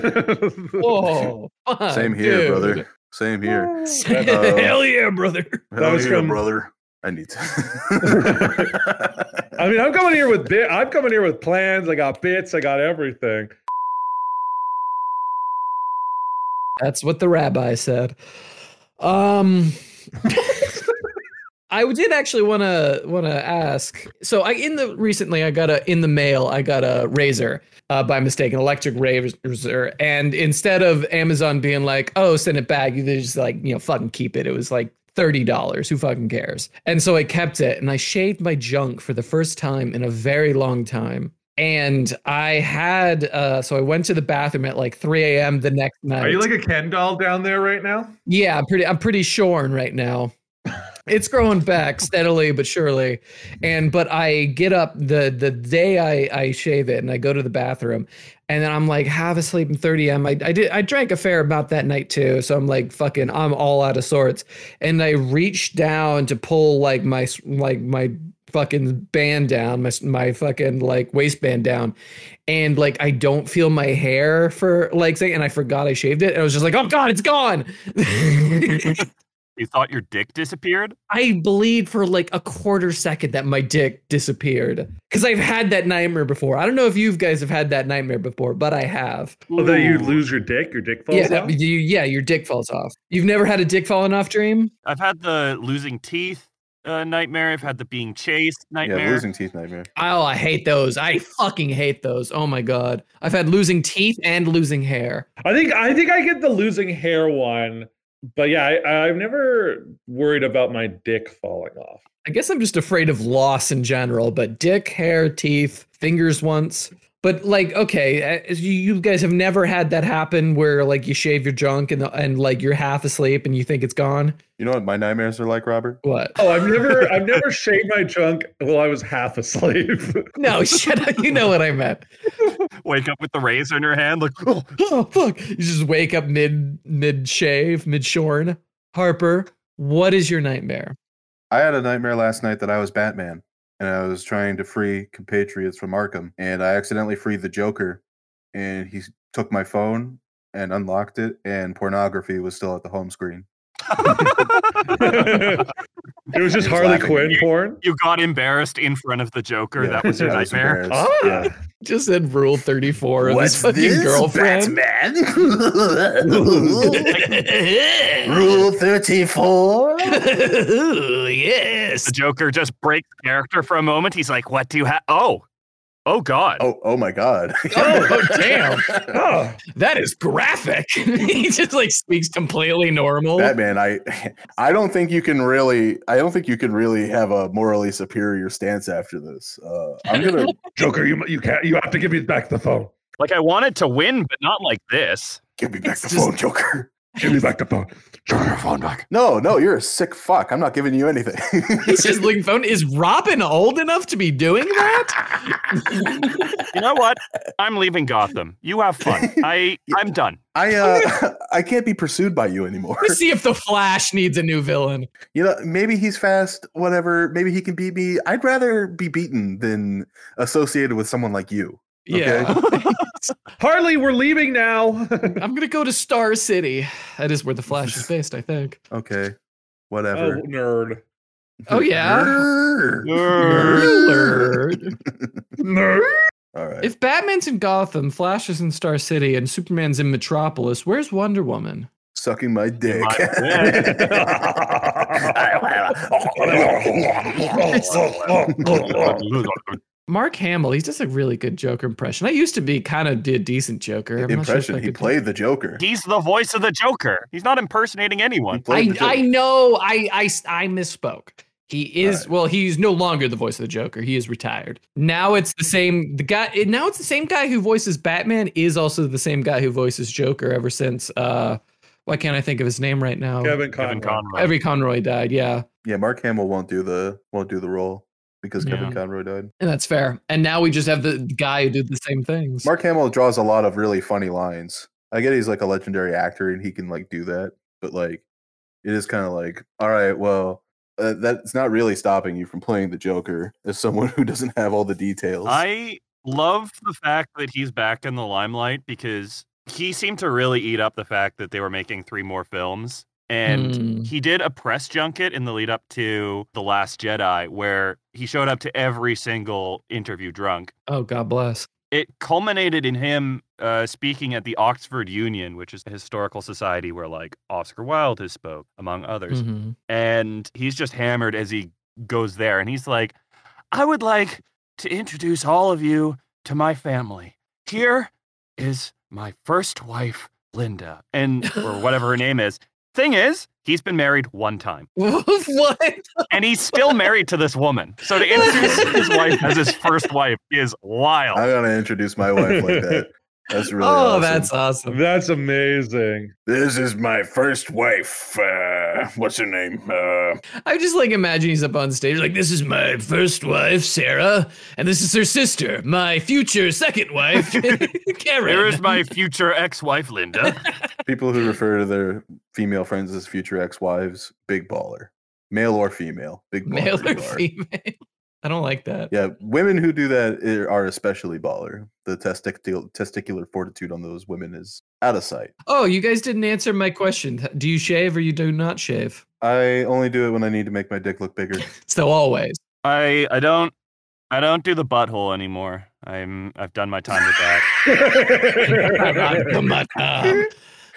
Whoa. fuck, Same here, dude. brother. Same here. Uh, Hell yeah, brother. Hell was yeah, from- brother. I need to. I mean, I'm coming here with bit. I'm coming here with plans. I got bits. I got everything. That's what the rabbi said. Um I did actually want to want to ask. So I in the recently I got a in the mail I got a razor uh, by mistake an electric razor and instead of Amazon being like oh send it back they just like you know fucking keep it it was like thirty dollars who fucking cares and so I kept it and I shaved my junk for the first time in a very long time and I had uh, so I went to the bathroom at like three a.m. the next night. Are you like a Ken doll down there right now? Yeah, I'm pretty I'm pretty shorn right now. It's growing back steadily but surely. And but I get up the the day I, I shave it and I go to the bathroom and then I'm like half asleep in 30 am. I, I did I drank a fair amount that night too. So I'm like fucking I'm all out of sorts. And I reach down to pull like my s- like my fucking band down, my s- my fucking like waistband down. And like I don't feel my hair for like say and I forgot I shaved it. And I was just like, oh god, it's gone. you thought your dick disappeared? I believed for like a quarter second that my dick disappeared because I've had that nightmare before. I don't know if you guys have had that nightmare before, but I have. Well, Oh, that you Ooh. lose your dick. Your dick falls Yeah, off. that- you, yeah, your dick falls off. You've never had a dick falling off dream? I've had the losing teeth uh, nightmare. I've had the being chased nightmare. yeah, losing teeth nightmare. Oh, I hate those. I fucking hate those. Oh my god, I've had losing teeth and losing hair. I think I think I get the losing hair one, but yeah, I, I've never worried about my dick falling off. I guess I'm just afraid of loss in general, but dick, hair, teeth, fingers once. But like, okay, uh, you you guys have never had that happen where like you shave your junk and the, and like you're half asleep and you think it's gone. You know what my nightmares are like, Robert? What? Oh, I've never I've never shaved my junk while I was half asleep. No, shut up. You know what I meant. Wake up with the razor in your hand, like, oh, Oh fuck! You just wake up mid mid shave, mid shorn. Harper, what is your nightmare? I had a nightmare last night that I was Batman. and I was trying to free compatriots from Arkham, and I accidentally freed the Joker, and he s- took my phone and unlocked it, and pornography was still at the home screen. it was just He's Harley laughing. Quinn porn. you got embarrassed in front of the Joker. Yeah, that was your I nightmare. embarrassed, Ah, yeah. Just said rule 34 of his fucking girlfriend. Batman? Rule 34? yes. The Joker just breaks character for a moment. He's like, "What do you have? Oh, oh God! Oh, oh my God. Oh, oh, damn. Oh, That is graphic. he just like speaks completely normal. Batman, I I don't think you can really I don't think you can really have a morally superior stance after this. Uh, I'm gonna Joker, you you can't. You have to give me back the phone. Like I wanted to win, but not like this." give me back It's the just- phone, Joker. Give me back the phone. Joker, phone back. No, no, you're a sick fuck. I'm not giving you anything. He's just looking phone. Is Robin old enough to be doing that? You know what? I'm leaving Gotham. You have fun. I I'm done. I uh, I can't be pursued by you anymore. Let's see if the Flash needs a new villain. You know, maybe he's fast, whatever. Maybe he can beat me. I'd rather be beaten than associated with someone like you. Yeah. Harley, we're leaving now. I'm gonna go to Star City. That is where the Flash is based, I think. Okay, Oh, whatever. nerd. Oh yeah. Grrr. Nerd. Nerd. All right. If Batman's in Gotham, Flash is in Star City, and Superman's in Metropolis, where's Wonder Woman? Sucking my dick. My dick. Mark Hamill, he does a really good Joker impression. I used to be kind of a decent Joker. I'm not sure if Impression. I he could do- played the Joker. He's the voice of the Joker. He's not impersonating He anyone. played the I, I Joker. know. I, I, s- I misspoke. He is Alright. well. He's no longer the voice of the Joker. He is retired. Now it's the same. The guy. it- Now it's the same guy who voices Batman is also the same guy who voices Joker. Ever since. Uh, why can't I think of his name right now? Kevin Kevin Conroy. Conroy. Every Conroy died. Yeah, Yeah, Mark Hamill won't do the won't do the role because Kevin Yeah. Conroy died. and that's fair. And now we just have the guy who did the same things. Mark Hamill draws a lot of really funny lines. I get he's like a legendary actor and he can like do that, but like it is kind of like, all right, well, uh, that's not really stopping you from playing the Joker as someone who doesn't have all the details. I love the fact that he's back in the limelight because he seemed to really eat up the fact that they were making three more films. And Hmm. he did a press junket in the lead up to The Last Jedi where he showed up to every single interview drunk. Oh God bless. It culminated in him uh, speaking at the Oxford Union, which is a historical society where like Oscar Wilde has spoke, among others Mhm. and he's just hammered as he goes there and he's like i would like to introduce all of you to my family here is my first wife linda and or whatever her name is thing is he's been married one time what? and he's still married to this woman so to introduce his wife as his first wife is I'm wild gonna introduce my wife like that. That's really. oh, awesome. that's awesome. That's amazing. this is my first wife. Uh, what's her name? Uh, I just like imagine he's up on stage, like, this is my first wife, Sarah, and this is her sister, my future second wife, Karen. here is my future ex-wife linda people who refer to their female friends as future ex-wives, big baller, male or female, big baller, male or you are. female. I don't like that. Yeah, women who do that i- are especially baller. The testicular testicular fortitude on those women is out of sight. Oh, you guys didn't answer my question. Do you shave or you do not shave? I only do it when I need to make my dick look bigger. So always. i i don't i don't do the butthole anymore i'm i've done my time with that I've done my time.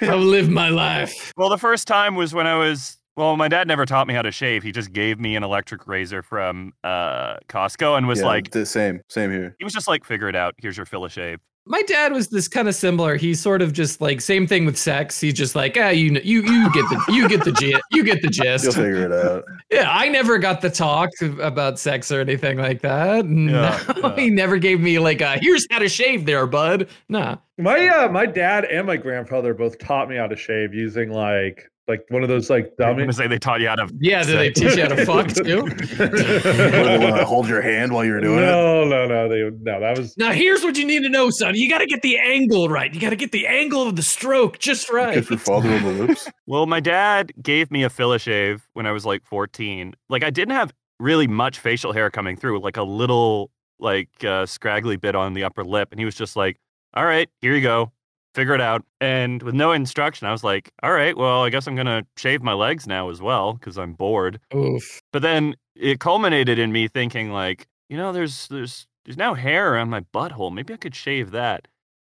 I've lived my life. Well, the first time was when I was. Well, my dad never taught me how to shave. He just gave me an electric razor from uh, Costco and was Yeah, like, the same, same here. he was just like, figure it out. Here's your fill of shave. My dad was this kind of similar. He sort of just like same thing with sex. He's just like, ah, you know, you you get the you get the gist. You get the gist. You'll figure it out. Yeah, I never got the talk about sex or anything like that. No, Yeah, yeah. he never gave me like a here's how to shave there, bud. Nah. My uh, my dad and my grandfather both taught me how to shave using like like one of those like I'm dummy. gonna say they taught you how to. Yeah, did they teach you how to fuck too? What, they wanna hold your hand while you're doing it. no, no, no, they, no. That was Now here's what you need to know, son. You gotta get the angle right. You gotta get the angle of the stroke just right. Because you're following the loops. Well, my dad gave me a fill of shave when I was like 14. Like I didn't have really much facial hair coming through, like a little like uh, scraggly bit on the upper lip, and he was just like, "All right, here you go, figure it out." And with no instruction, I was like, "All right, well, I guess I'm gonna shave my legs now as well because I'm bored." Oof. But then it culminated in me thinking like, you know, there's there's there's now hair around my butthole. Maybe I could shave that.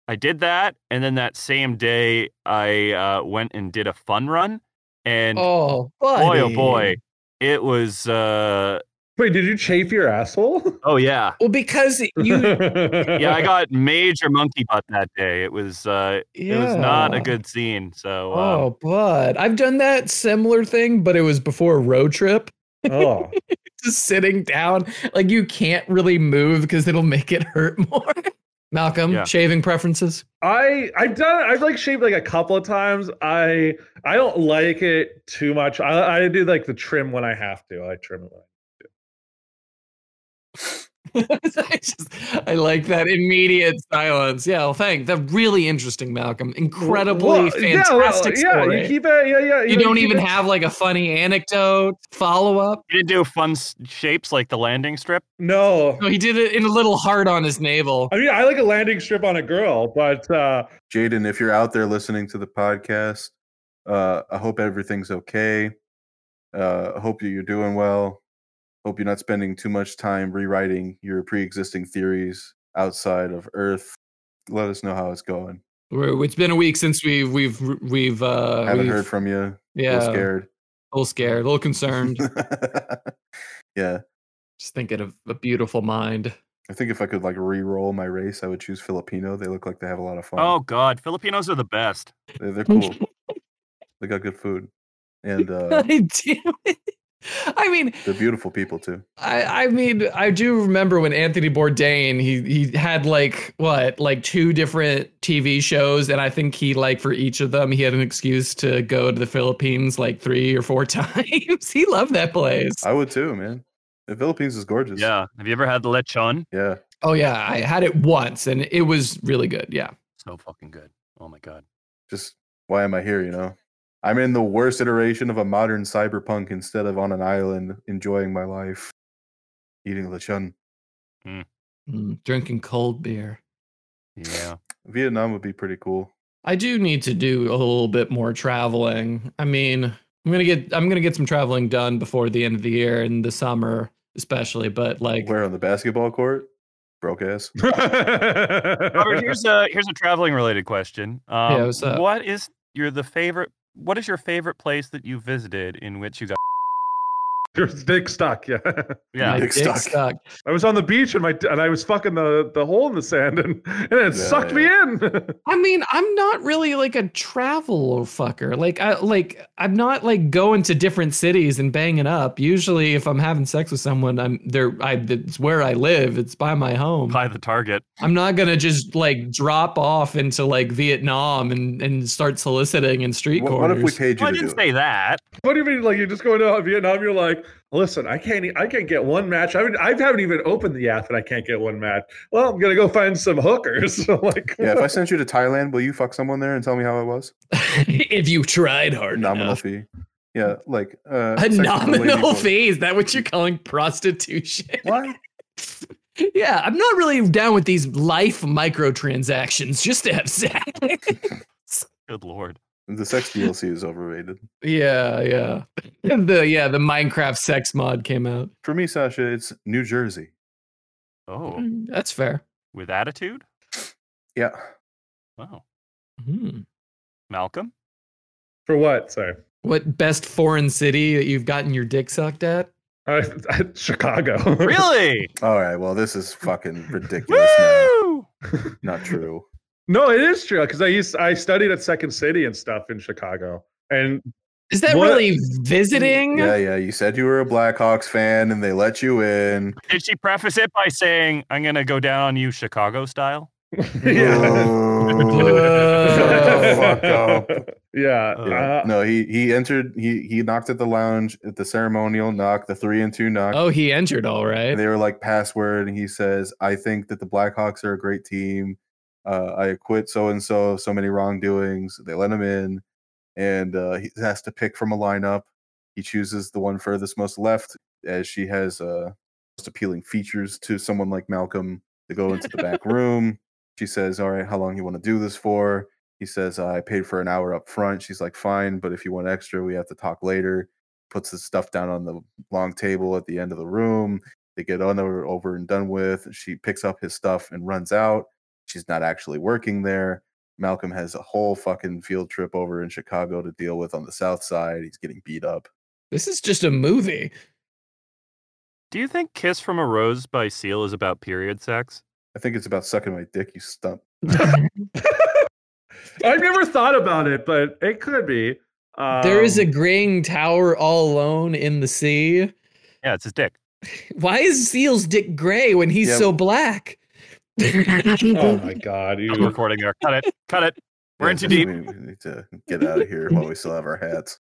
I did that, and then that same day, I uh, went and did a fun run, and Oh, boy, oh buddy. boy, it was. Uh, Wait, did you chafe your asshole? oh yeah, Well, because you, yeah, I got major monkey butt that day. It was uh, it was not a Yeah. good scene. So uh, Oh, bud. I've done that similar thing, but it was before a road trip. Oh, Just sitting down, like you can't really move because it'll make it hurt more. Malcolm, Yeah. shaving preferences. I I've done I've like shaved like a couple of times. I I don't like it too much. I I do like the trim when I have to. I trim it. When I, just- I like that immediate silence. Yeah, well, thank. That really interesting, Malcolm. Incredibly Well, yeah, well, fantastic Yeah, story. you keep it. Yeah, yeah. you know, don't keep even it- have like a funny anecdote follow up. you didn't do fun s- shapes like the landing strip. No, No, he did it in a little heart on his navel. I mean I like a landing strip on a girl, but uh Jaden, if you're out there listening to the podcast, uh, I hope everything's okay. Uh, I hope that you're doing well. Hope you're not spending too much time rewriting your pre-existing theories outside of Earth. Let us know how it's going. We're, it's been a week since we've we've we've uh Haven't we've- heard from you. yeah, We're scared. a little scared, a little concerned. yeah, Just thinking of a beautiful mind. I think if I could like re-roll my race, I would choose Filipino. They look like they have a lot of fun. Oh God, Filipinos are the best. they're, they're cool. they got good food, and uh, I do. I mean, they're beautiful people too. I, I mean, I do remember when Anthony Bourdain he he had like what like two different TV shows, and I think he like for each of them he had an excuse to go to the Philippines like three or four times. he loved that place. I would too, man. The Philippines is gorgeous. Yeah. Have you ever had the lechon? Yeah. Oh yeah, I had it once, and it was really good. Yeah. So fucking good. Oh my God. Just why am I here, you know? I'm in the worst iteration of a modern cyberpunk instead of on an island enjoying my life, eating lechon. Mm, drinking cold beer. Yeah. Vietnam would be pretty cool. I do need to do a little bit more traveling. I mean, I'm gonna get I'm gonna get some traveling done before the end of the year and the summer especially. But like, Where on the basketball court? Broke ass. Robert, here's a here's a traveling related question. Um, what's up? What is your the favorite? What is your favorite place that you visited in which you got? Your dick stuck. Yeah, my Yeah. dick Dick stuck. stuck. I was on the beach and my and I was fucking the the hole in the sand and and it sucked me in. I mean, I'm not really like a travel fucker. Like, I like I'm not like going to different cities and banging up. Usually, if I'm having sex with someone, I'm there. I it's where I live. It's by my home. By the target. I'm not gonna just like drop off into like Vietnam and and start soliciting in street What, what corners. if we paid you Well, I to do didn't it? say that. What do you mean? Like you just going to Vietnam? You're like, listen, I can't, e- I can't get one match. I mean, I haven't even opened the app, and I can't get one match. Well, I'm gonna go find some hookers. like, Yeah, if I sent you to Thailand, will you fuck someone there and tell me how it was? if you tried hard Nominal enough. fee. Yeah, like uh, A sex with a lady nominal for- fee? Is that what you're calling prostitution? What? yeah, I'm not really down with these life microtransactions just to have sex. Good lord. The sex DLC is overrated. yeah, yeah. The yeah, the Minecraft sex mod came out. For me, Sasha, it's New Jersey. Oh, Mm, That's fair. with attitude. Yeah. Wow. Hmm. Malcolm. for what? Sorry, What best foreign city that you've gotten your dick sucked at? I, I, Chicago. Really? All right. Well, this is fucking ridiculous. now. Woo! Not true. No, it is true because I used, I studied at Second City and stuff in Chicago, and Is that What- really visiting? Yeah, yeah. You said you were a Blackhawks fan, and they let you in. Did she preface it by saying, "I'm gonna go down on you Chicago style"? yeah, Oh. Boo. Boo. Oh, fuck up. yeah. Yeah. uh, no, he he entered. He he knocked at the lounge at the ceremonial knock, the three and two knock. oh, he entered all right. They were like password, and he says, "I think that the Blackhawks are a great team. Uh, I acquit so and so so many wrongdoings." They let him in, and uh, he has to pick from a lineup. He chooses the one furthest most left. as she has uh, most appealing features to someone like Malcolm. They go into the back room. She says, "All right, how long you want to do this for?" He says, "I paid for an hour up front." She's like, "Fine, but if you want extra, we have to talk later." Puts his stuff down on the long table at the end of the room. They get on over, over and done with. She picks up his stuff and runs out. She's not actually working there. Malcolm has a whole fucking field trip over in Chicago to deal with on the south side. He's getting beat up. This is just a movie. Do you think Kiss from a Rose by Seal is about period sex? I think it's about sucking my dick, you stump. I've never thought about it, but it could be. Um, there is a graying tower all alone in the sea. Yeah, it's his dick. Why is Seal's dick gray when he's Yeah. so black? Oh my god! I'm You, recording there. Cut it. Cut it. We're in too Yeah, deep. We need to get out of here while we still have our hats.